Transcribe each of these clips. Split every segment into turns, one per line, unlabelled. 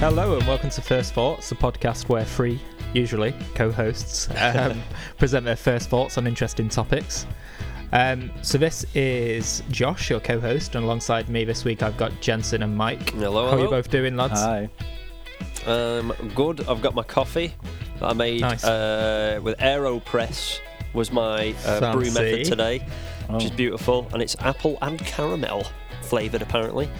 Hello and welcome to First Thoughts, a podcast where three, usually co-hosts, um, present their first thoughts on interesting topics. Um, so this is Josh, your co-host, and alongside me this week I've got Jensen and Mike.
Hello,
How are you
hello.
both doing, lads?
Hi.
Um, good. I've got my coffee that I made
Nice.
uh, with AeroPress. Was my uh, brew
Fancy.
method today, which is
Oh.
beautiful, and it's apple and caramel flavored apparently.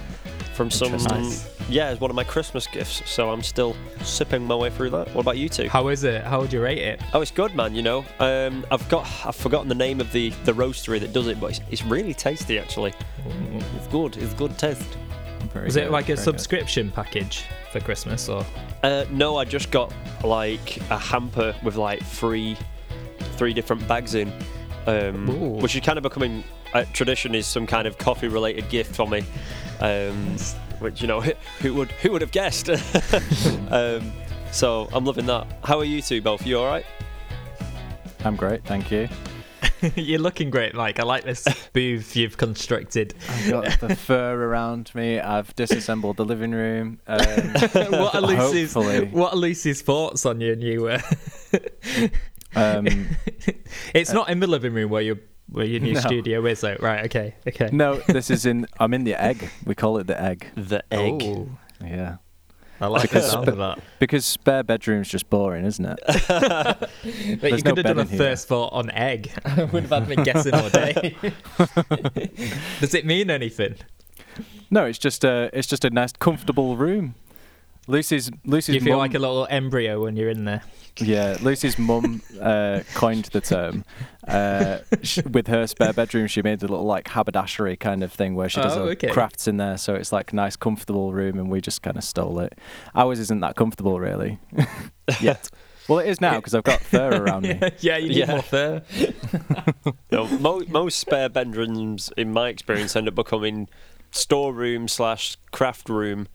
From some,
Interesting.
Nice.
yeah, it's one of my Christmas gifts. So I'm still sipping my way through that. What about you two?
How is it? How would you rate it?
Oh, it's good, man. You know, um, I've got, I've forgotten the name of the the roastery that does it, but it's, it's really tasty actually. It's good. It's good taste.
Very
Was it
good,
like a
very good.
subscription package for Christmas or?
Uh, no, I just got like a hamper with like three, three different bags in, um,
Ooh.
which is kind of becoming a tradition. Is some kind of coffee-related gift for me, um, which you know who would who would have guessed? um, so I'm loving that. How are you two both? You all right?
I'm great, thank you.
You're looking great, Mike. I like this booth you've constructed.
I've got the fur around me. I've disassembled the living room. Um,
what are Lucy's
Hopefully.
What are Lucy's thoughts on you and you? Uh,
um,
it's not in the living room where your where your new
No.
studio is, though. Right? Okay. Okay.
no, this is in. I'm in the egg. We call it the egg.
The
Ooh,
Yeah.
Oh, I like the
Because-
sound of that.
Because spare bedroom's just boring, isn't it?
But you
no
could have done
bed
a
in here.
first thought on egg. I wouldn't have had me guessing all day. Does it mean anything?
No, it's just a. It's just a nice, comfortable room. Lucy's Lucy's
Do you feel
mum-
like a little embryo when you're in there?
Yeah, Lucy's mum uh, coined the term. Uh, sh with her spare bedroom, she made a little like haberdashery kind of thing where she does
Oh,
little
okay.
crafts in there. So it's like a nice, comfortable room, and we just kind of stole it. Ours isn't that comfortable, really. Yet. Well, it is now because I've got fur around me.
yeah, you need
Yeah.
more fur.
No, mo- most spare bedrooms, in my experience, end up becoming storeroom slash craft room,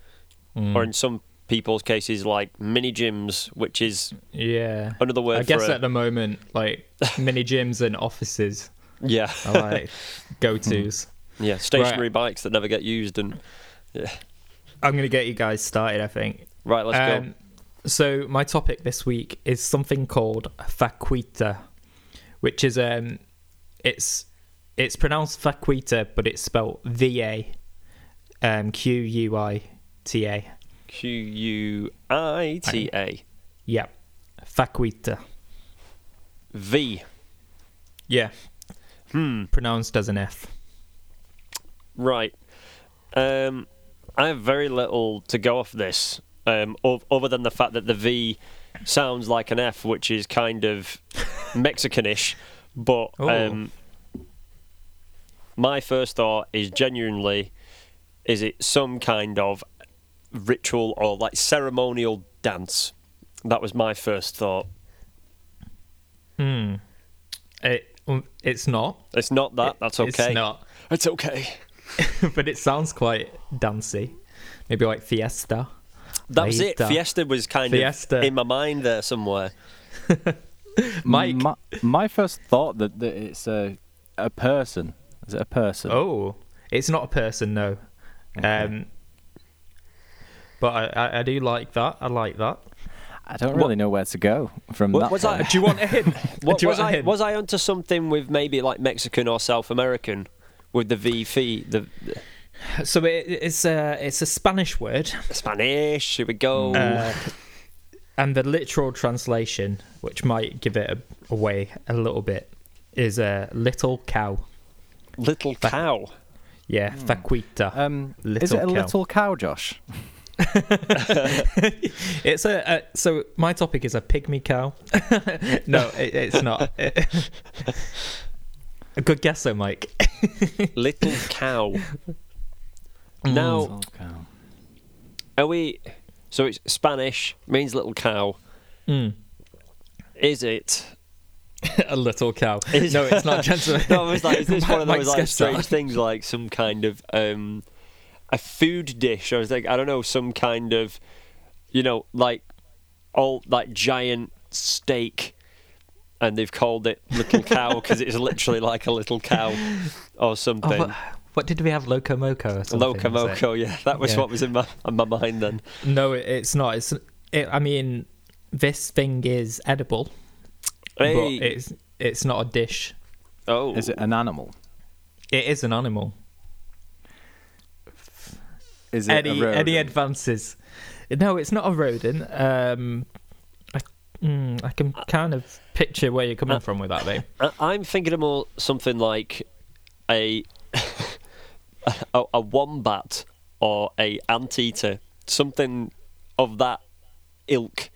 Hmm.
or in some people's cases, like mini gyms, which is
Yeah.
another word
I guess
for a-
at the moment, like mini gyms and offices
yeah,
are like go tos.
yeah, stationary bikes that never get used, and
I'm going to get you guys started, I think.
right, let's go.
Um, So, my topic this week is something called faquita, which is, um, it's it's pronounced faquita, but it's spelled V A um, Q U I T A.
Q U I T A
Yeah. Faquita.
V.
Yeah. Hmm. Pronounced as an F.
Right. Um, I have very little to go off this, um, o- other than the fact that the V sounds like an F, which is kind of Mexicanish. But
Oh.
um, my first thought is genuinely, is it some kind of ritual or like ceremonial dance? That was my first thought.
Hmm. It, um, it's not.
It's not that. That's okay.
It's not.
It's okay.
but it sounds quite dancey. Maybe like fiesta.
That was it.
Fiesta.
Fiesta was kind
Fiesta.
of in my mind there somewhere.
Mike.
My, my first thought that, that it's a a person. Is it a person?
Oh, it's not a person, no. Um, but I, I, I do like that. I like that.
I don't really know where to go from
What-
that.
was
point.
that-
Do you want a hint?
What,
do you
was
want a
I
hint?
was I onto something with maybe like Mexican or South American with the V feet, the, the
So it, it's a it's a Spanish word,
Spanish? Here we go.
uh, and the literal translation, which might give it a, away a little bit, is a little cow.
Little cow.
Yeah, faquita.
Hmm. Um, is
Little
it a
cow.
little cow, Josh?
It's a, a so my topic is a pygmy cow. no, it, it's not. a good guess, though, Mike.
Little cow. Now
Little cow.
are we? So it's Spanish means little cow.
Mm.
Is it?
a little cow.
Is-
no, it's not gentlemen.
No, I was like, is this one of
Mike's
those like
guessed that.
strange things, like some kind of um, a food dish? I was like, I don't know, some kind of, you know, like all like giant steak, and they've called it little cow because it's literally like a little cow or
Oh,
something.
but, What did we have? Locomoco or something? was it?
Locomoco, yeah, that was
Yeah.
what was in my in my mind then.
No, it- it's not. It's. It, I mean, this thing is edible, but
Hey,
it's it's not a dish.
oh,
Is it an animal?
It is an animal.
Is it
Any
a rodent?
any advances? No, it's not a rodent. Um, I, mm, I can kind of picture where you're coming
Uh.
from with that, though.
I- I'm thinking of more something like a a, a wombat or a anteater, something of that ilk,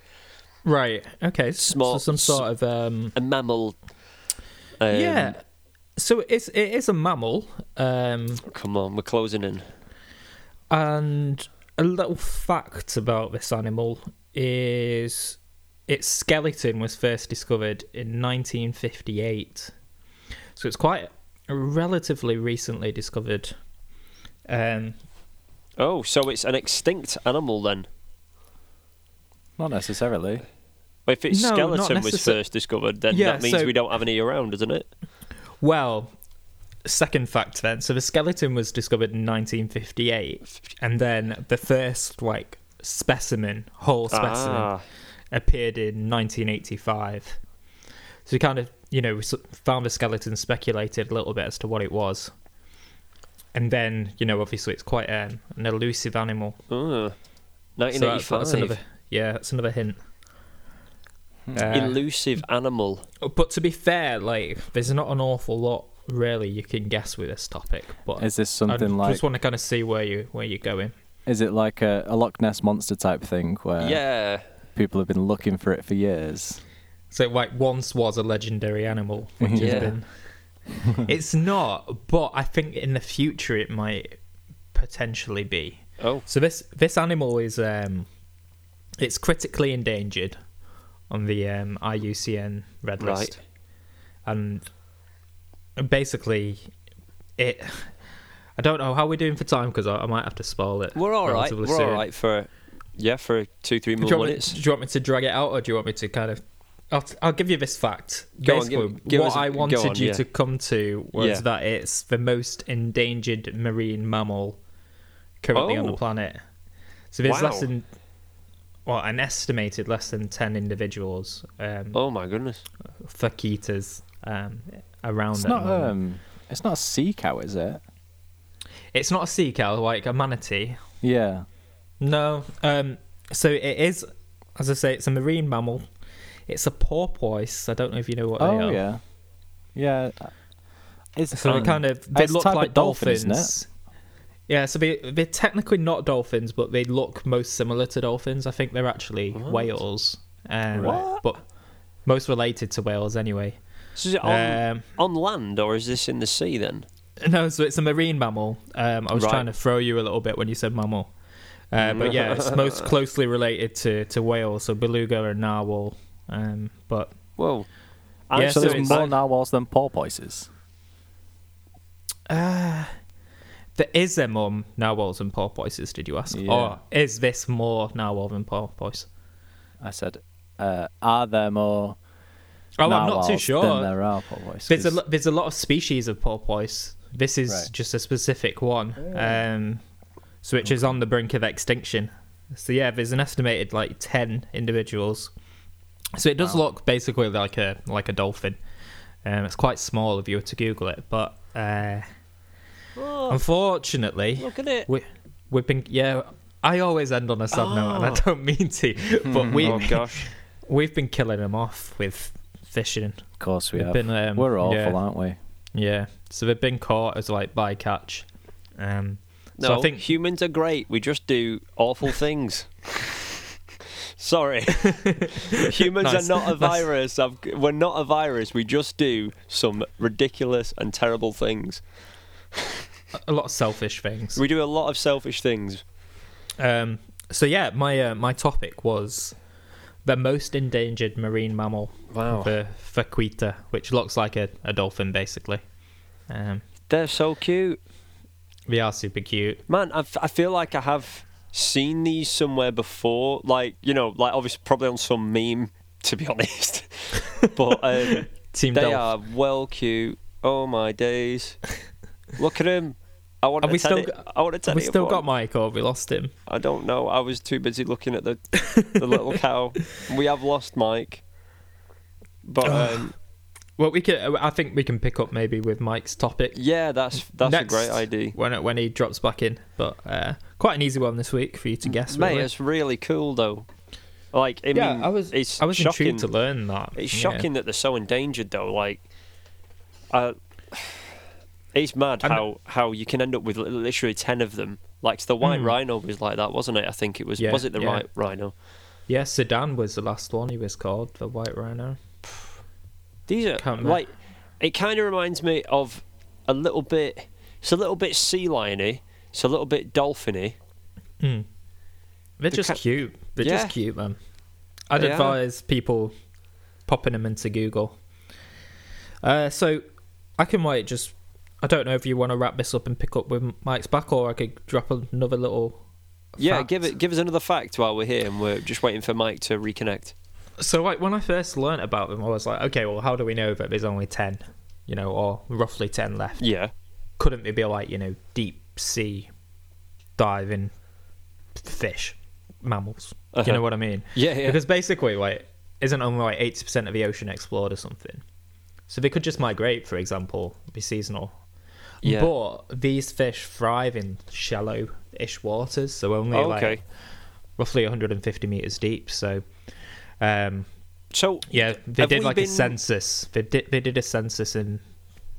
Right. Okay. s-
Small-
So some sort of um,
a mammal. Um,
yeah. So it's it is a mammal, um,
Come on, we're closing in.
and a little fact about this animal is its skeleton was first discovered in 1958. So it's quite a relatively recently discovered. Um,
Oh, so it's an extinct animal then?
Not necessarily.
If its
No, not
skeleton was
necessar-
first discovered, then
Yeah,
that means
so-
we don't have any around, doesn't it?
well, second fact then. So the skeleton was discovered in 1958, and then the first like specimen, whole specimen.
Ah,
appeared in 1985. So we kind of, you know, we s- found the skeleton, speculated a little bit as to what it was. And then, you know, obviously it's quite um, an elusive animal.
ah.
So that's,
1985.
that's another, yeah, that's another hint.
Hmm.
Uh,
Elusive animal.
but to be fair, like, there's not an awful lot really you can guess with this topic. But
Is this
I
something like?
just want to kind of see where you where you're going.
Is it like a, a Loch Ness monster type thing
uh,
where
yeah.
people have been looking for it for years?
So like once was a legendary animal, which
Mhm.
has
Yeah.
been. It's not, but I think in the future it might potentially be.
Oh,
So this this animal is um, it's critically endangered on the um, IUCN red
Right.
list, and basically it. I don't know how we're doing for time because I, I might have to spoil it.
we're all right.
relatively
We're all
soon.
right for yeah for two three
Do you,
more
want me, do
minutes.
you want me to drag it out, or do you want me to kind of? I'll, I'll give you this fact.
Go on,
Basically,
give- give us
what
a-
I
go
wanted
on,
you
yeah.
to come to was
Yeah.
that it's the most endangered marine mammal currently on the
Oh.
planet. So there's less
Wow.
than, well, an estimated less than ten individuals, um,
Oh my goodness.
fakitas, um, around.
It's
at
not
the
uh,
moment.
um, it's not a sea cow, is it?
It's not a sea cow like a manatee.
Yeah.
No. Um, so it is, as I say, it's a marine mammal. It's a porpoise. I don't know if you know what they
Oh
are.
yeah. Yeah. uh, It's
So they
um,
kind of they
it's
look
type of
like
dolphin,
dolphins.
isn't it?
Yeah, so they they're technically not dolphins, but they look most similar to dolphins. I think they're actually
What?
whales, um,
Right.
but most related to whales anyway.
So
Oh.
is it on,
Um,
on land or is this in the sea then?
no, so it's a marine mammal. Um, I was
Right.
trying to throw you a little bit when you said mammal, uh, but yeah, it's most closely related to to whales, so beluga and narwhal. Um, but
Whoa.
Yeah,
so
so
there's
it's-
more narwhals than porpoises.
There is there more narwhals and porpoises, did you ask?
Yeah.
Or is this more narwhal than porpoise?
I said, uh, are there more?
Oh, I'm not
narwhals
too
Than
sure.
there are porpoises.
There's a, lo- there's a lot of species of porpoise. This is
Right. Oh.
just a specific one, um, so which is on the brink of extinction. So yeah, there's an estimated like ten individuals. So it does look basically like a like a dolphin. Um, it's quite small if you were to Google it, but uh,
Oh,
unfortunately,
look at it.
We, we've been yeah. I always end on a sad note, and I
Oh.
don't mean to, but we
Hmm.
Oh gosh.
we've been killing them off with fishing.
Of course we
They've
have.
been, um,
We're awful,
yeah.
aren't we?
Yeah, so they've been caught as like bycatch. Um,
No,
so I think
humans are great. We just do awful things. Sorry. humans
Nice.
are not
Nice.
a virus. I've, we're not a virus. We just do some ridiculous and terrible things.
a lot of selfish things.
We do a lot of selfish things.
Um, so yeah, my uh, my topic was the most endangered marine mammal,
Wow.
the faquita, which looks like a, a dolphin basically. Um,
They're so cute.
they are super cute.
Man, I, f- I feel like I have seen these somewhere before. Like, you know, like obviously probably on some meme, to be honest. but um,
Team
they
dolphin.
are well cute. Oh my days. Look at him. I want
Have
to
we
tell
still
it.
got-
I want to tell
Have we
it
still
one.
got Mike or have we lost him?
I don't know. I was too busy looking at the the little cow. We have lost Mike, but um,
Well, we can. I think we can pick up maybe with Mike's topic
yeah, that's that's
Next.
a great idea.
when when he drops back in. But uh, quite an easy one this week for you to guess.
Mate,
really.
it's really cool though. Like, I
Yeah,
mean,
I was-
It's
I was
shocking.
intrigued to learn that.
It's
Yeah.
shocking that they're so endangered, though. Like, I, it's mad
And-
how how you can end up with li- literally ten of them. Like the white
Hmm.
rhino was like that, wasn't it? I think it was.
Yeah,
was it the
yeah.
right rhino?
Yeah, Sudan was the last one he was called, the White Rhino.
These are
Can't ma-
like. It kind of reminds me of a little bit. It's a little bit sea liony. It's a little bit dolphiny.
Hmm. They're
The
just
ca-
cute. They're
Yeah.
just cute, man. I'd
They are.
advise people popping them into Google. Uh, so I can wait. Just I don't know if you want to wrap this up and pick up with Mike's back, or I could drop another little.
Yeah,
fact.
give it. Give us another fact while we're here, and we're just waiting for Mike to reconnect.
So like when I first learnt about them, I was like, okay, well, how do we know that there's only ten, you know, or roughly ten left?
Yeah.
Couldn't it be like you know deep sea diving fish, mammals?
Uh-huh.
You know what I mean?
Yeah, yeah.
Because basically, like, isn't only like eighty percent of the ocean explored or something? So they could just migrate, for example, be seasonal.
Yeah.
But these fish thrive in shallow-ish waters, so only
Oh,
like
okay.
roughly 150 meters deep. So, um,
So
yeah, they
Have
did
we
like a
been-
census. They did they did a census in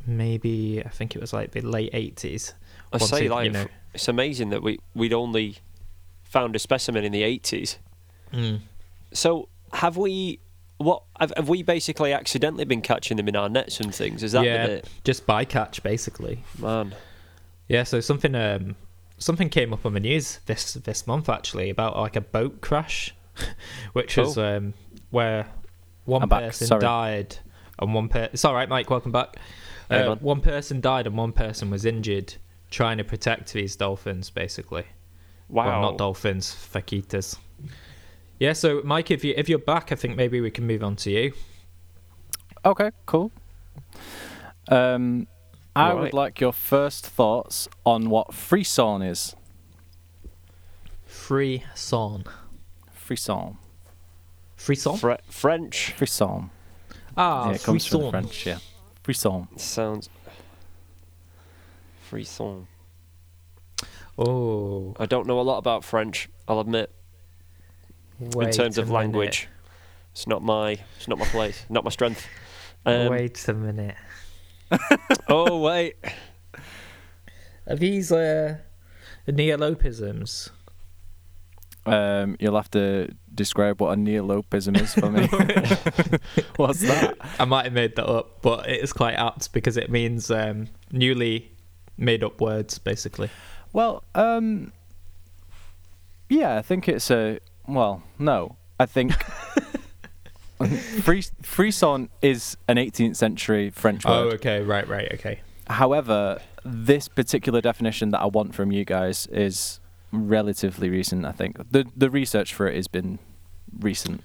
maybe I think it was like the late eighties.
I say like f- it's amazing that we we'd only found a specimen in the eighties.
Hmm.
So have we? What have, have we basically accidentally been catching them in our nets and things? Is that the
yeah,
bit?
just bycatch basically.
man?
Yeah, so something um something came up on the news this this month actually about like a boat crash, which was
Oh.
um where one
I'm back,
person
sorry.
died and one person. It's all right, Mike. Welcome back.
Hey,
Uh,
man.
one person died and one person was injured trying to protect these dolphins basically.
Wow.
Well, not dolphins, faquitas. Yeah, so Mike, if you if you're back, I think maybe we can move on to you.
Okay, cool. Um, I
Right.
would like your first thoughts on what frisson is.
Free son.
Frisson.
Frisson?
Fre- French
Frisson.
Ah,
yeah, it comes from
frisson.
French, yeah. Frisson.
sounds. Frisson.
Oh,
I don't know a lot about French. I'll admit,
wait
in terms
a
of
minute.
language, it's not my it's not my place, not my strength.
um,
Um,
wait a minute.
Oh wait.
Are these uh, neolopisms?
Um, you'll have to describe what a neolopism is for me. What's that?
I might have made that up, but it is quite apt because it means um, newly made up words, basically.
Well, um, yeah, I think it's a. Well, no, I think fris- frisson is an 18th century French word.
Oh, okay, right, right, okay.
However, this particular definition that I want from you guys is relatively recent. I think the the research for it has been recent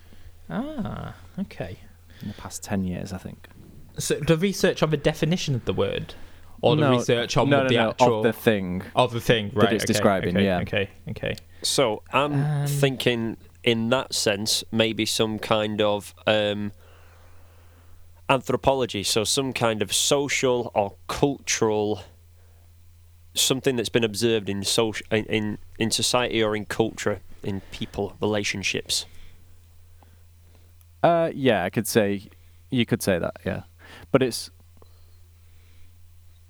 Ah, okay.
in the past ten years. I think.
So the research on the definition of the word, or the
No,
research on
no, no,
the
no,
actual
of the thing.
of the thing, right?
it's
okay,
describing,
okay,
yeah.
Okay, okay.
So I'm
Um,
thinking, in that sense, maybe some kind of um, anthropology. So some kind of social or cultural something that's been observed in social in, in in society or in culture, in people relationships.
Uh, yeah, I could say, you could say that. Yeah, but it's.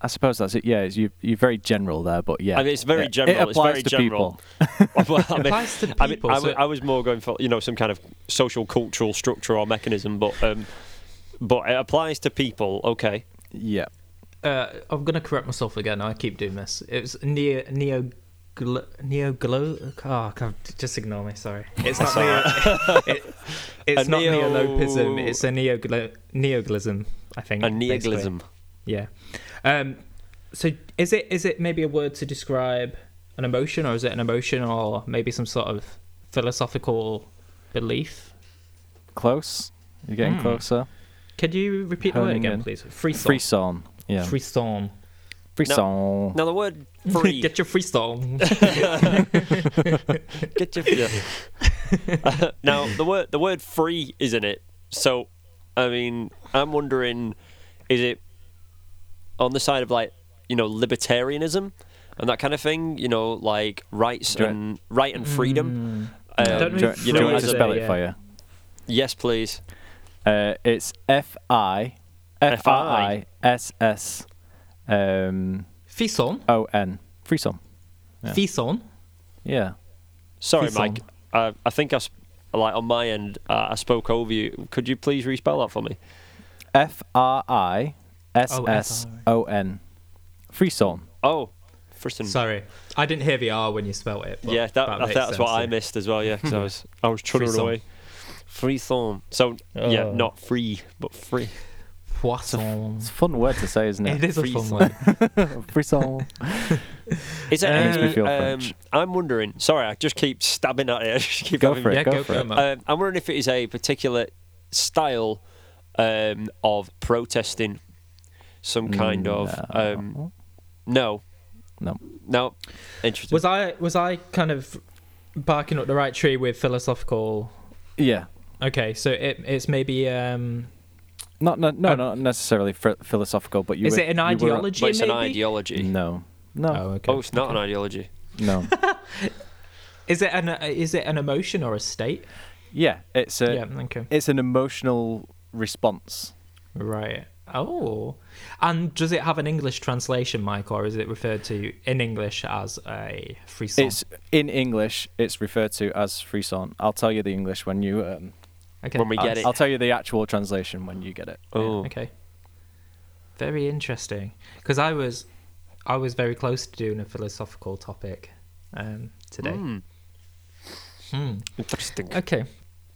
I suppose that's it. Yeah, it's, you you're very general there, but yeah,
I mean, it's very
it-
general,
It
it's
applies
very
to
general.
people.
well, I mean,
Applies to
I, mean,
people,
I,
so-
wa- I was more going for you know some kind of social cultural structure or mechanism, but um, but it applies to people. Okay.
Yeah,
Uh, I'm gonna correct myself again. I keep doing this. It was neo neo. Glo- neo glow oh god just ignore me sorry it's not neo, it, it's
A
not
neo-
neolopism it's a neo neoglism i think
A
basically.
neoglism.
yeah um so is it is it maybe a word to describe an emotion or is it an emotion or maybe some sort of philosophical belief
close. You're getting
Hmm.
closer.
could you repeat the word
Honing
again
in.
please free
Frisson. Yeah.
Frisson.
Frisson.
Now the word free.
Get your freestyle.
Get your yeah. now the word the word free is in it. So, I mean, I'm wondering, is it on the side of like you know libertarianism and that kind of thing? You know, like rights
Do you-
and right and freedom.
Don't
Um,
know
do you,
if
do you want me
free
to
is a-
spell it
yeah.
for you?
yes, please.
Uh, it's F I F I S S um,
Fison.
O N. Frisson. Yeah.
Fison.
Yeah.
Sorry,
Frisson.
Mike. I, I think I sp- like on my end uh, I spoke over you. Could you please respell that for me?
F R I S
Oh,
S O N. Frisson.
Oh, first and
Sorry, I didn't hear the R when you spelt it. but
yeah, that, I
makes
think that's what
sense,
I
yeah.
missed as well. Yeah, because I was I was
Free
chuttering
song.
away. Free thorn. So yeah,
Oh.
not free, but free.
Poisson.
It's a fun word to say, isn't
It
it?
is a
Free
fun
song.
one.
Frisson.
Is there
Makes me
any?
feel
Um,
French.
I'm wondering. Sorry, I just keep stabbing at it. I just keep
Go
having-
for it.
Yeah,
go
go for it, man.
Um, I'm wondering if it is a particular style um, of protesting, some kind of.
Mm.
Um, no,
no.
no. Interesting.
Was I was I kind of barking up the right tree with philosophical?
Yeah.
Okay, so it, it's maybe um,
Not no, no
Um,
not necessarily fr- philosophical, but you.
is
were-
it an
you were-
ideology?
but it's an
maybe?
ideology.
No, no,
Oh, okay.
Oh, it's not an ideology.
no.
Is it an uh, is it an emotion or a state?
yeah, it's
Uh,
a
yeah. Okay.
it's an emotional response.
Right. Oh. And does it have an English translation, Mike, or is it referred to in English as a free song?
It's in English. It's referred to as frisson. I'll tell you the English when you. Um,
okay.
When we get
I'll,
it.
I'll tell you the actual translation when you get it.
oh,
Okay. Very interesting. Because I was, I was very close to doing a philosophical topic um, today.
Hmm.
Hmm.
interesting.
Okay.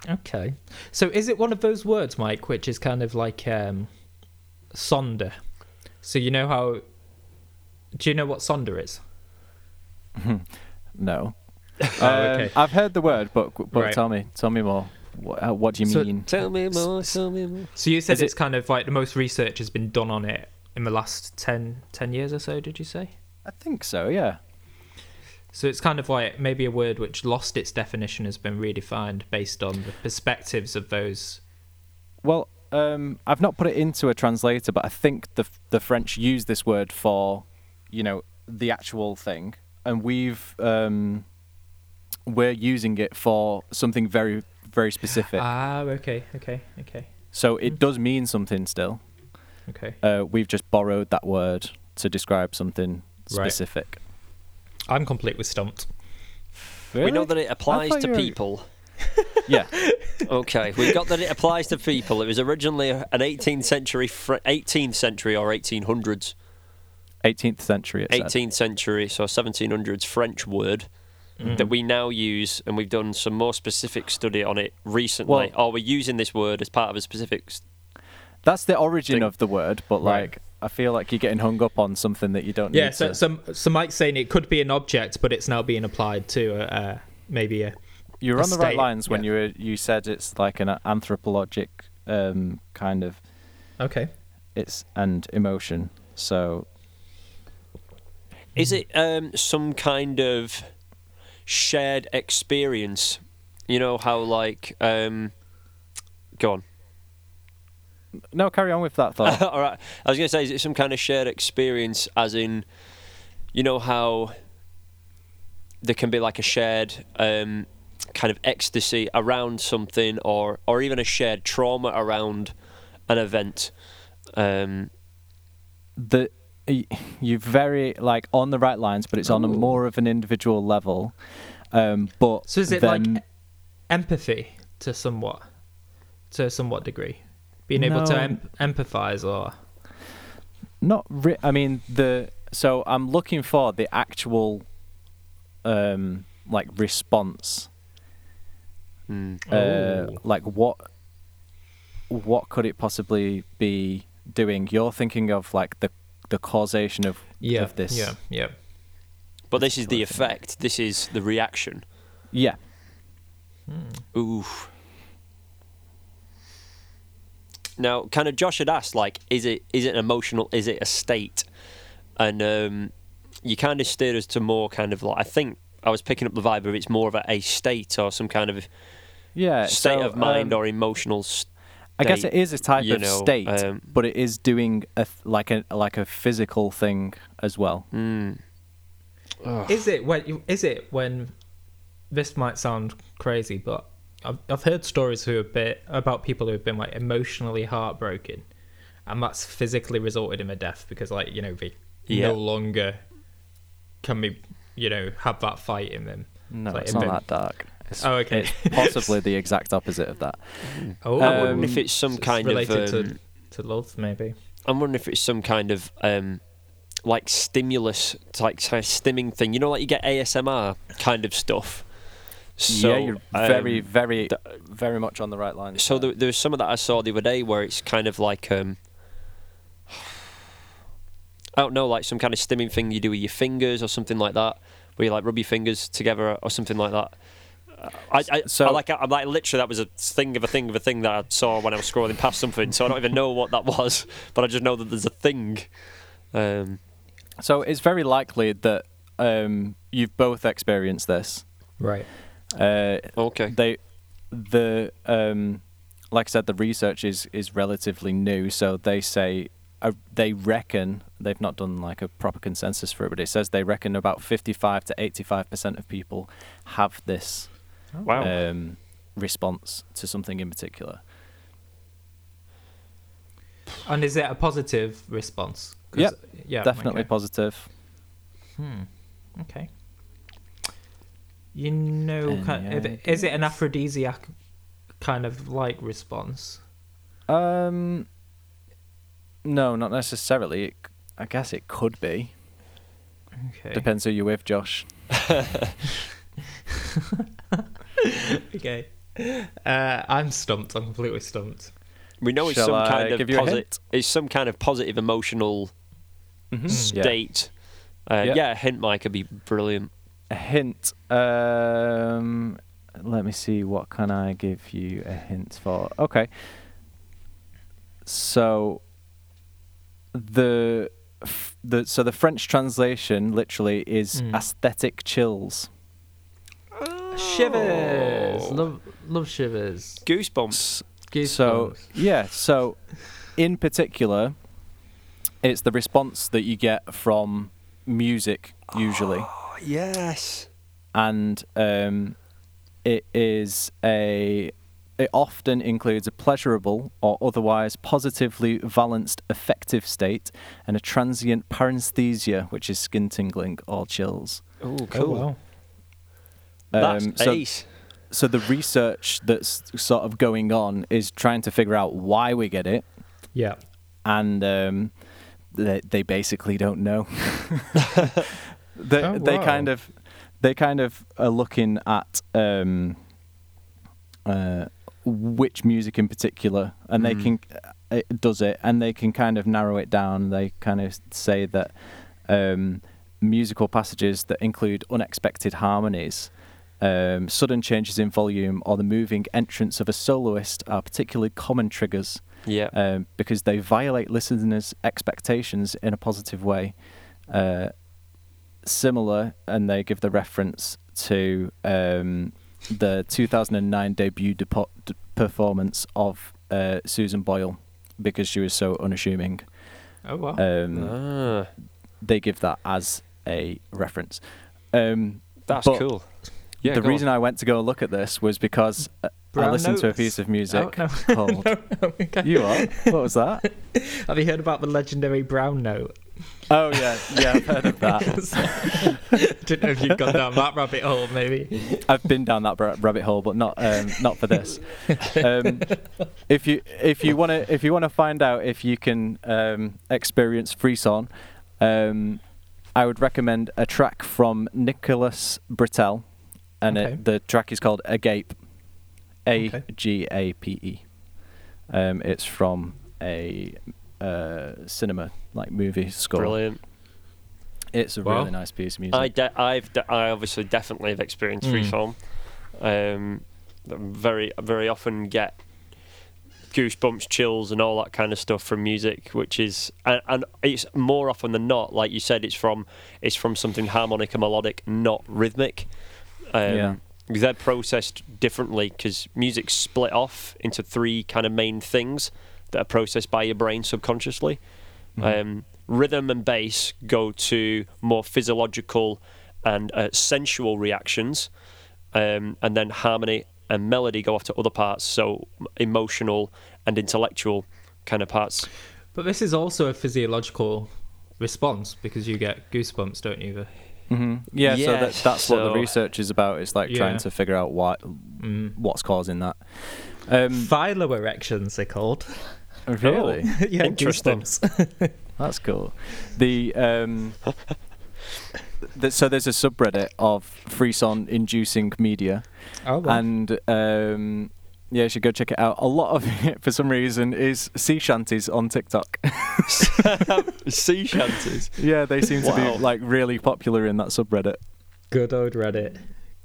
Okay. So is it one of those words, Mike, which is kind of like um, sonder? So you know how? Do you know what sonder is?
No. Um,
okay.
I've heard the word, but but
Right.
tell me, tell me more. What, uh, what do you
So-
mean?
Tell me more. Tell me more.
So you said
Is it-
it's kind of like the most research has been done on it in the last 10, 10 years or so, did you say?
I think so. Yeah.
So it's kind of like maybe a word which lost its definition has been redefined based on the perspectives of those.
Well, um, I've not put it into a translator, but I think the the French use this word for, you know, the actual thing, and we've um, we're using it for something very very specific.
Ah, okay, okay, okay,
so it does mean something still.
okay.
Uh, we've just borrowed that word to describe something
Right.
specific.
I'm completely stumped.
We know that it applies
thought
to
you were-
people.
yeah.
Okay, we got that it applies to people. It was originally an 18th century, fr- 18th century or 1800s,
18th century. It said.
18th century, so 1700s French word
Mm.
that we now use, and we've done some more specific study on it recently.
Well-
Are we using this word as part of a specific? s-
That's the origin
Thing.
of the word, but
Right.
like I feel like you're getting hung up on something that you don't
Yeah,
need
so,
to.
so so Mike's saying it could be an object, but it's now being applied to a, uh, maybe a.
you were
a
on the right
state,
lines when
yeah.
you were you said it's like an anthropologic um, kind of
Okay.
it's and emotion. So
Is it um, some kind of shared experience? You know how like um, go on.
no, carry on with that thought.
All right. I was going to say, is it some kind of shared experience, as in, you know, how there can be like a shared um, kind of ecstasy around something or, or even a shared trauma around an event? Um,
the y- you're very like on the right lines, but it's on a more of an individual level. Um, but
So is it
then-
like empathy to somewhat, to a somewhat degree, being able to
No.
em- empathize or
not ri- i mean the so i'm looking for the actual um like response
mm.
uh,
Oh.
like what what could it possibly be doing you're thinking of like the the causation of
yeah,
of this
yeah, yeah.
But this is the effect, this is the reaction.
yeah
Ooh. Now, kind of Josh had asked, like, is it is it emotional? Is it a state? and um, you kind of steer us to more kind of like I think I was picking up the vibe of it's more of a, a state or some kind of
Yeah.
state
so,
of mind
um,
or emotional. State,
I guess it is a type
you
of
know,
state,
um,
but it is doing a th- like a like a physical thing as well.
Mm.
Is it when? you- Is it when? This might sound crazy, but I've I've heard stories who have been about people who have been like emotionally heartbroken, and that's physically resulted in their death because like you know they
Yeah.
no longer can be you know have that fight in them.
No,
It's like
it's not
inven-
that dark. It's,
Oh, okay.
it's possibly the exact opposite of that.
Oh,
I wonder
Um,
if it's some
it's
kind of.
related to-
um,
to love maybe.
I'm wondering if it's some kind of um, like stimulus, it's like kind of stimming thing. You know, like you get ASMR kind of stuff. So,
yeah, you're
um,
very, very, very much on the right line.
So there, there was some of that I saw the other day where it's kind of like um, I don't know, like some kind of stimming thing you do with your fingers or something like that, where you like rub your fingers together or something like that. I, I,
So-
I like I'm like literally that was a thing of a thing of a thing that I saw when I was scrolling past something, so I don't even know what that was, but I just know that there's a thing. Um,
So it's very likely that um, you've both experienced this.
Right.
Uh,
okay.
they, the, um, like I said, the research is is relatively new. So they say uh, they reckon they've not done like a proper consensus for it, but it says they reckon about fifty-five to eighty-five percent of people have this
Wow.
um, response to something in particular.
And is it a positive response? 'Cause-
Yep,
Yeah.
Definitely
Okay.
positive.
Hmm, okay. You know,
Any
kind is it- is it an aphrodisiac kind of like response?
Um, no, not necessarily. It, c- I guess it could be.
Okay.
Depends who you're with, Josh.
okay. Uh, I'm stumped. I'm completely stumped.
We know it's
Shall
some
I
kind of
give you a
posi-
hint?
it's some kind of positive emotional
Mm-hmm.
Mm.
Yeah.
state. Uh,
Yeah.
Yeah, a hint mic would be brilliant.
A hint. Um, let me see. What can I give you a hint for? Okay. So the f- the so the French translation literally is
Mm.
aesthetic chills.
Shivers. Love, love shivers.
Oh. Goosebumps.
So
Goosebumps.
yeah, so in particular, it's the response that you get from music usually,
Oh, Yes.
and um, it is a it often includes a pleasurable or otherwise positively balanced affective state and a transient paresthesia, which is skin tingling or chills.
Oh,
Oh, wow.
That's
Um, so
ace.
so the research that's sort of going on is trying to figure out why we get it
Yeah.
and um, they, they basically don't know. they
Oh,
they
wow.
kind of they kind of are looking at um, uh, which music in particular, and they
Mm-hmm.
can uh, it does it, and they can kind of narrow it down. They kind of say that um, musical passages that include unexpected harmonies. Um, sudden changes in volume or the moving entrance of a soloist are particularly common triggers
Yeah.
um, because they violate listeners' expectations in a positive way. Uh, similar, and they give the reference to um, the 2009 debut depo- d- performance of uh, Susan Boyle because she was so unassuming.
Oh wow.
Um,
ah,
They give that as a reference. Um,
that's
but
cool. Yeah.
the
go on.
reason I went to go and look at this was because uh, I
Brown
listened to a
notes.
piece of music
no.
called.
Okay.
You are? What was that?
Have you heard about the legendary brown note?
Oh yeah, yeah, I've heard of that.
Don't know if you've gone down that rabbit hole, maybe.
I've been down that ra- rabbit hole, but not um, not for this. Um, if you if you want to if you want to find out if you can um, experience Freeson, um, I would recommend a track from Nicholas Britell, and
Okay.
it, the track is called Agape, A
Okay.
G A P E. Um, it's from a uh, cinema like movie score.
Brilliant.
It's a
Wow.
really nice piece of music.
I de- I've de- I obviously definitely have
Hmm.
experienced
Mm.
freeform. Um, that very very often get goosebumps, chills, and all that kind of stuff from music, which is and, and it's more often than not, like you said, it's from it's from something harmonic and melodic, not rhythmic. Um,
Yeah.
Because they're processed differently, because music's split off into three kind of main things that are processed by your brain subconsciously.
Mm-hmm.
Um, rhythm and bass go to more physiological and uh, sensual reactions, um, and then harmony and melody go off to other parts, so emotional and intellectual kind of parts.
But this is also a physiological response because you get goosebumps, don't you?
hmm Yeah, so
Yeah,
that, that's what the
so-
research is about. It's like trying
Yeah.
to figure out what
Mm.
what's causing that. Um,
Phyloerections, they're called.
Oh, really,
yeah,
Interesting.
goosebumps.
that's cool. The um, th- so there's a subreddit of frisson inducing media,
oh, well.
and um, yeah, you should go check it out. A lot of it, for some reason, is sea shanties on TikTok.
sea shanties.
yeah, they seem to
Wow.
be like really popular in that subreddit.
Good old Reddit.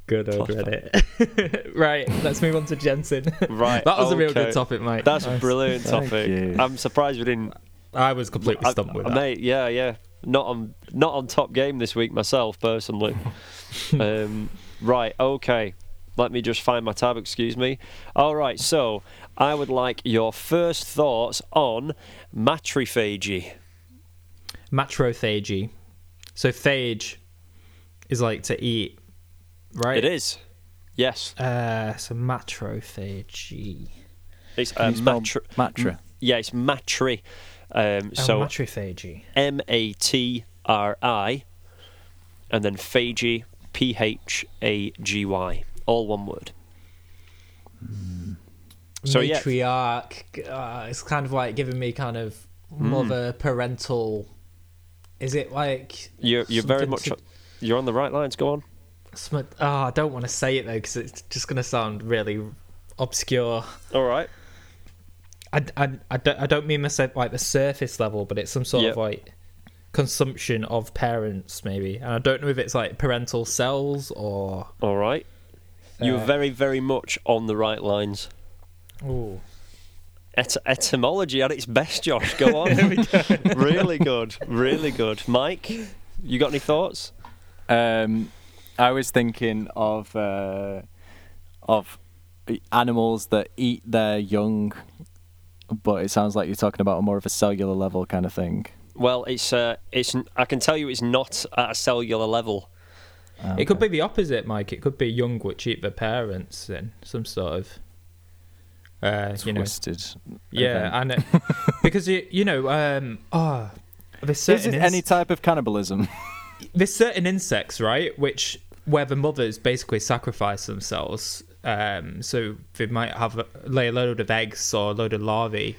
Good old Reddit. right, let's move on to Jensen.
Right,
that was a real
okay.
good topic, mate.
That's
I
a
was-
brilliant
Thank you.
topic. I'm surprised we didn't.
I was completely
I-
stumped with
I-
that.
Mate, yeah, yeah. Not on not on top game this week myself personally. um, right, okay. Let me just find my tab, excuse me. All right, so I would like your first thoughts on matrophagy.
Matrophagy. So phage is like to eat, right?
It is. Yes.
Uh, so matrophagy.
It's
Can
uh,
you spell
matri-
Matra.
Yeah, it's matri. Um,
Oh,
so
matrophagy.
M A T R I, and then phagy, P H A G Y, all one word. So, yeah.
Matriarch. Uh, it's kind of like giving me kind of
Hmm.
mother parental. Is it like
You're you're very
something
much
to-
you're on the right lines. Go on.
Sm- oh, I don't want to say it though because it's just going to sound really obscure.
All right.
I, I, I, don't, I don't mean the sur- like the surface level, but it's some sort
Yep.
of like consumption of parents maybe, and I don't know if it's like parental cells or.
All right. You're
Uh,
very very much on the right lines.
Ooh.
Et- etymology at its best, Josh. Go on. really good. Really good. Mike, you got any thoughts?
Um, I was thinking of uh, of animals that eat their young, but it sounds like you're talking about more of a cellular level kind of thing.
Well, it's uh, it's. n- I can tell you, it's not at a cellular level.
It could be the opposite, Mike. It could be young which eat their parents in some sort of. Uh, you know,
twisted.
yeah,
event.
and it, because you you know, um, ah, there's
Is
certain
it
ins-
any type of cannibalism?
there's certain insects, right, which where the mothers basically sacrifice themselves. Um, so they might have a, lay a load of eggs or a load of larvae,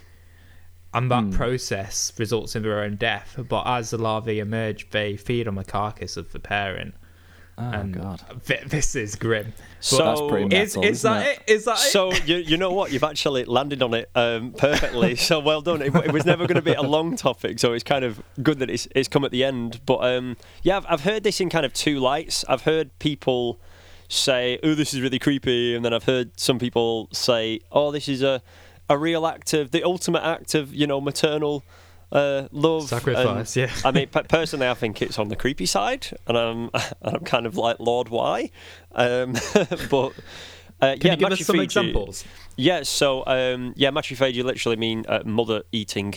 and
Hmm.
that process results in their own death. But as the larvae emerge, they feed on the carcass of the parent.
Oh
and
god.
thi- this is grim.
So
That's pretty much-
Is,
Metal,
is
isn't
that
it?
it? Is that it?
So you, you know what? You've actually landed on it um, perfectly. So well done. It, it was never going to be a long topic, so it's kind of good that it's it's come at the end. But um, yeah, I've, I've heard this in kind of two lights. I've heard people say, "Oh, this is really creepy," and then I've heard some people say, "Oh, this is a a real act of the ultimate act of you know maternal." Uh, love and-
Sacrifice, yeah.
I mean, pe- personally, I think it's on the creepy side, and I'm and I'm kind of like, Lord, why? Um, but uh,
Can
yeah,
you give us some
matrophagy-
examples?
Yeah, so um, yeah, matrophagy literally mean uh, mother eating,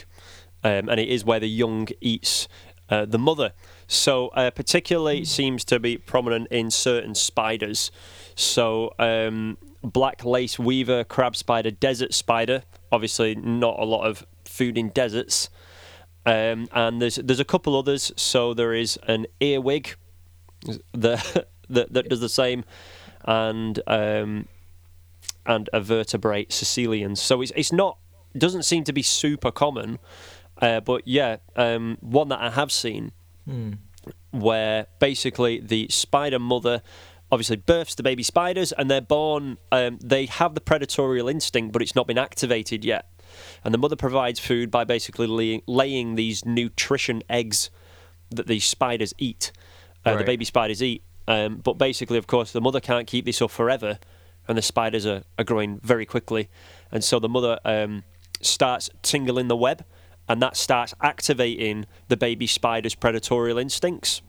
um, and it is where the young eats uh, the mother. So uh, particularly it seems to be prominent in certain spiders. So um, black lace weaver, crab spider, desert spider. Obviously, not a lot of food in deserts. Um, and there's there's a couple others. So there is an earwig that that, that does the same, and um, and a vertebrate Sicilian. So it's it's not doesn't seem to be super common, uh, but yeah, um, one that I have seen where basically the spider mother obviously births the baby spiders and they're born um, they have the predatorial instinct but it's not been activated yet and the mother provides food by basically laying, laying these nutrition eggs that these spiders eat uh, the
Right.
baby spiders eat um, but basically of course the mother can't keep this up forever and the spiders are, are growing very quickly and so the mother um, starts tingling the web, and that starts activating the baby spider's predatorial instincts.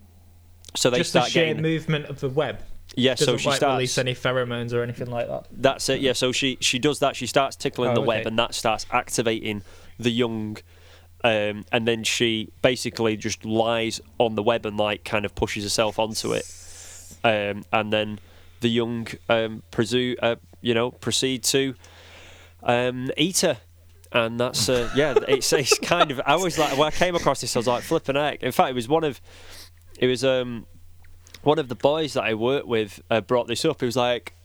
So they
Just the
start
sheer
getting
movement of the web.
yeah. So
Doesn't
she
like,
starts
release any pheromones or anything like that.
That's it. Yeah. So she she does that. She starts tickling
Oh,
the
okay.
web, and that starts activating the young. Um, and then she basically just lies on the web and like kind of pushes herself onto it. Um, and then the young um, presu- uh, you know proceed to um, eat her. And that's uh, yeah. It's it's kind of I was like when I came across this, I was like flipping heck. In fact, it was one of it was um one of the boys that I worked with uh, brought this up. He was like,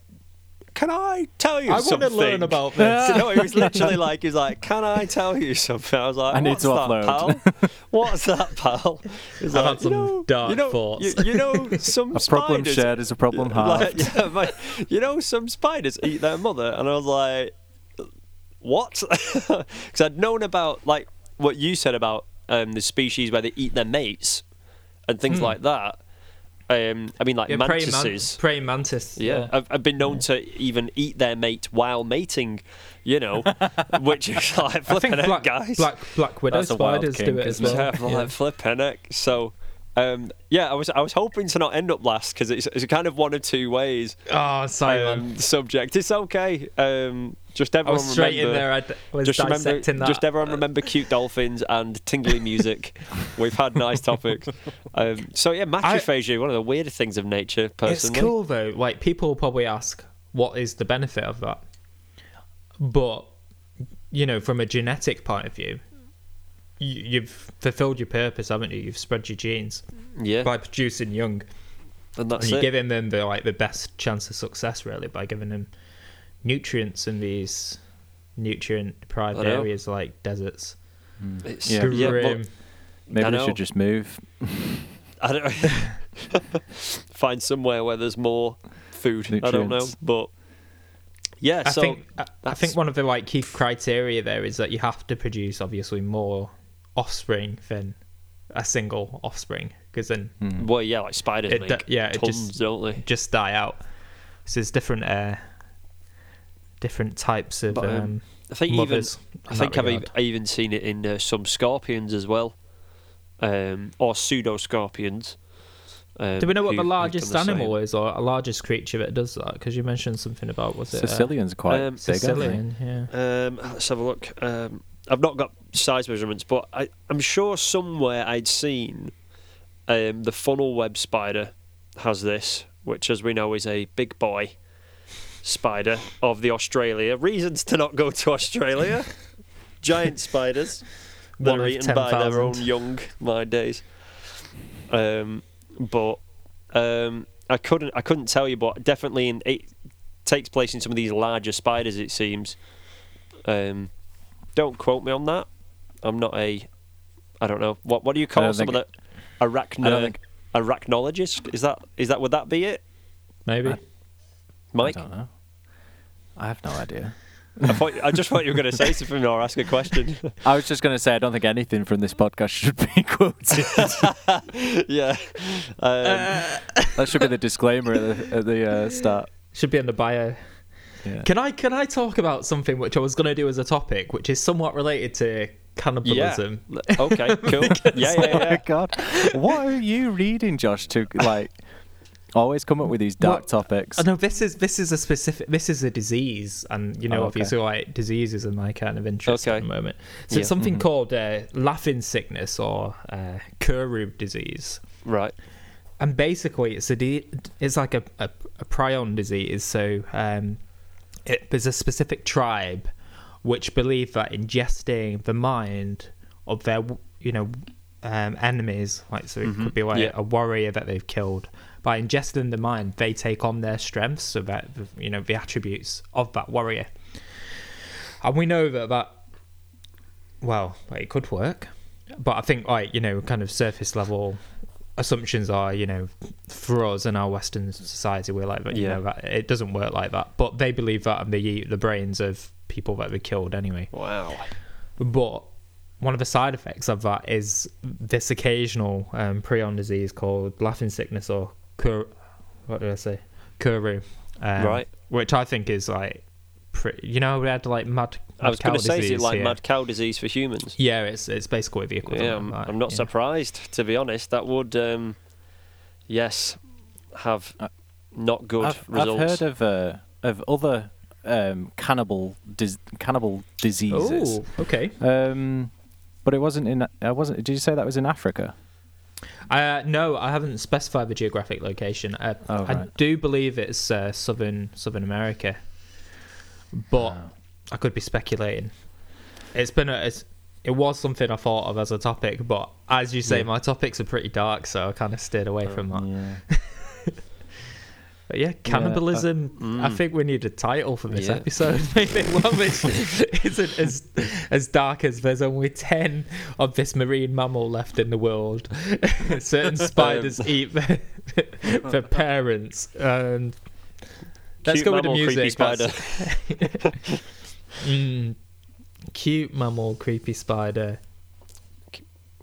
"Can I tell you
I want
something?"
to learn about this.
So, no, he was literally like, he was like, "Can I tell you something?" I was like,
I need
"What's
to
that,
upload."
pal? What's that, pal?" He was
I've
like,
had some
you know,
dark
you know,
thoughts.
You, you know, some
A problem
spiders,
shared is a problem halved.
like, yeah, but, you know, some spiders eat their mother, and I was like, "What?" Because I'd known about like what you said about um, the species where they eat their mates and things like that. Um, I mean, like
Hmm. Yeah, praying, man-
mantises.
praying mantis.
Yeah, I've, I've been known to even eat their mate while mating, you know, which is like
I
flipping
think
heck,
black,
guys.
black black widow
That's a wild
spiders do
kink,
it as
isn't it?
well.
Yeah, like flipping heck. So, um, yeah, I was I was hoping to not end up last because it's, it's kind of one of two ways.
Oh, sorry, man.
Um, subject, it's okay. Um, just
I
everyone
was straight
remember.
in there. I d- was
just remember,
dissecting that.
just everyone remember cute dolphins and tingly music. We've had nice topics. Um, so yeah, macrophagia, one of the weirder things of nature.
it's
Personally,
cool though. Like people will probably ask, what is the benefit of that? But you know, from a genetic point of view, you, you've fulfilled your purpose, haven't you? You've spread your genes
yeah,
by producing young.
and that's
and you're
it.
giving them the like the best chance of success really by giving them nutrients in these nutrient deprived
I know.
areas like deserts.
It's
Yeah.
but-
Grim.
I
Maybe we
know.
should just move.
I don't find somewhere where there's more food. I don't know,
Nutrients.
but yeah.
I
so
think I, I
that's-
think one of the like key criteria there is that you have to produce obviously more offspring than a single offspring because then
Hmm.
well, yeah, like spiders
Mm. It
make
d- yeah, it
tons,
just-
don't they?
just die out. So there's different uh, different types of
But, um,
um,
I think
mothers.
even
in
I think
that
I've ev-
regard.
I even seen it in uh, some scorpions as well, um, or um, pseudo scorpions.
Do we know what the largest animal is or a largest creature that does that? Because you mentioned something about was it uh,
Sicilian's quite
um,
big, aren't
Sicilian? Yeah.
Um, let's have a look. Um, I've not got size measurements, but I, I'm sure somewhere I'd seen um, the funnel web spider has this, which, as we know, is a big boy spider of the Australia. Reasons to not go to Australia: giant spiders that
One
are
of
eaten by their own
10,000.
young. My days. Um, but um, I couldn't. I couldn't tell you, but definitely in it takes place in some of these larger spiders. It seems. Um, don't quote me on that. I'm not a. I don't know. What What do you call
don't
some of the
think- I
arachno
don't think-
arachnologist? Is that Is that Would that be it,
Maybe.
Mike?
I don't know. I have no idea.
I, thought, I just thought you were going to say something or ask a question.
I was just going to say, I don't think anything from this podcast should be quoted.
yeah. Um,
that should be the disclaimer at the, at the uh, start.
Should be on the bio.
Yeah.
Can I can I talk about something which I was going to do as a topic, which is somewhat related to
yeah.
cannibalism?
Okay. Cool. Yeah. Yeah.
Oh my
Yeah.
god, what are you reading, Josh? To like, always come up with these dark
What-
topics.
Oh, no, this is this is a specific. This is a disease, and you know,
Oh, okay.
obviously, like diseases are my kind of interest
Okay.
at the moment. So
Yeah.
it's something called uh, laughing sickness or uh, Kuru disease,
Right.
and basically, it's a de- it's like a, a, a prion disease. So um, it, there's a specific tribe which believe that ingesting the mind of their you know um, enemies, like so it could be like
Yeah.
a warrior that they've killed, by ingesting the mind, they take on their strengths, so that you know the attributes of that warrior. And we know that that well, like, it could work, but I think like you know, kind of surface level assumptions are you know, for us in our Western society, we're like, you
Yeah.
know, that it doesn't work like that. But they believe that, and they eat the brains of people that were killed anyway.
Wow.
But one of the side effects of that is this occasional um, prion disease called laughing sickness or cur- what did I say? Kuru. Um,
Right.
Which I think is like pr- pretty. You know, we had like mad. mad
I was
cow
going to say, is it
disease
like
here.
mad cow disease for humans?
Yeah, it's it's basically the equivalent.
Yeah,
of
I'm,
that,
I'm not
yeah.
surprised to be honest. That would, um, yes, have
I-
not good
I've, I've
results.
heard of uh, of other um, cannibal dis- cannibal diseases.
Oh, okay.
Um, but it wasn't in. I wasn't. Did you say that was in Africa?
Uh, no, I haven't specified the geographic location. Uh,
Oh,
I
right.
do believe it's uh, southern Southern America, but
Oh.
I could be speculating. It's been a, it's, it was something I thought of as a topic, but as you say,
Yeah.
my topics are pretty dark, so I kind of steered away
Oh,
from that.
Yeah.
But yeah, cannibalism. I
Mm.
think we need a title for this
Yeah.
episode. Maybe one which isn't as as dark as there's only ten of this marine mammal left in the world. Certain
Um,
spiders eat their, their parents. And let's
Cute
go with the
mammal, creepy
music.
spider.
that's- Mm. cute mammal, creepy spider,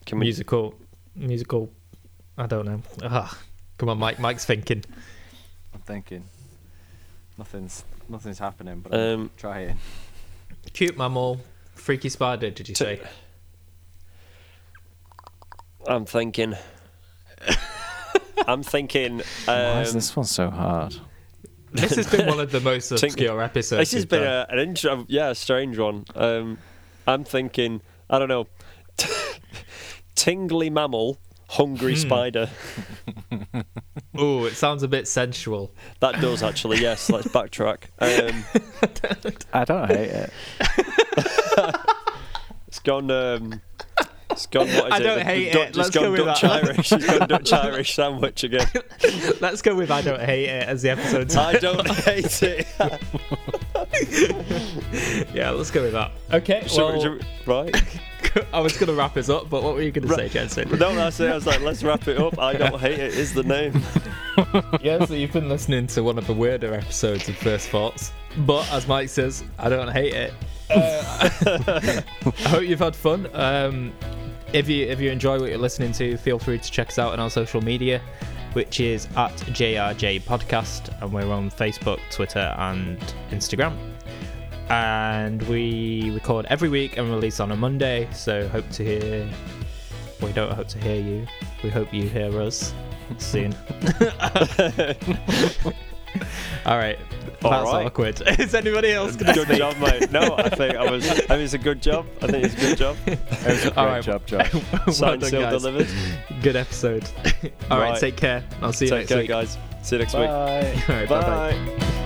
Can we,
musical, musical. I don't know. Ah, come on, Mike. Mike's thinking.
I'm thinking. Nothing's nothing's happening, but I'm
um,
trying.
Cute mammal, freaky spider. Did you
T-
say?
I'm thinking. I'm thinking. Um,
one so hard?
This has been one of the most
Tink-
obscure episodes.
This has
we've
been
done.
a, an intro, yeah, a strange one. Um, I'm thinking, I don't know, tingly mammal, hungry
Hmm.
spider.
Ooh, it sounds a bit sensual.
That does actually, yes. Let's backtrack. Um,
I don't hate it.
it's gone. Um, it's gone. What is
I
it?
don't
The- the
hate
Dutch-
it.
It's
Let's
gone
go with
Dutch
that.
Irish. It's gone Dutch Irish sandwich again.
Let's go with I don't hate it as the episode. title.
I don't hate it.
yeah, let's go with that. Okay.
So-
well,
so- right.
I was gonna wrap us up, but what were you gonna say, Jensen?
No, that's it. I was like, let's wrap it up. I don't hate it. Is the name.
yeah, so you've been listening to one of the weirder episodes of First Thoughts, but as Mike says, I don't hate it. Uh, I hope you've had fun. Um, if you if you enjoy what you're listening to, feel free to check us out on our social media, which is at JRJ Podcast, and we're on Facebook, Twitter, and Instagram. And we record every week and release on a Monday, so hope to hear. We don't hope to hear you. We hope you hear us soon. all right, that's
All right.
awkward. Is anybody else going to
Good
speak?
job, mate. No, I think I was. I think it's a good job. I think it's a good job.
It was a great
All right.
job, Josh.
well
Signed,
done,
sealed,
guys.
delivered.
Good episode. All right.
Right.
take care. I'll see you
Take
next
care,
week.
guys. See you next week.
Bye.
All right, bye-bye.
Bye.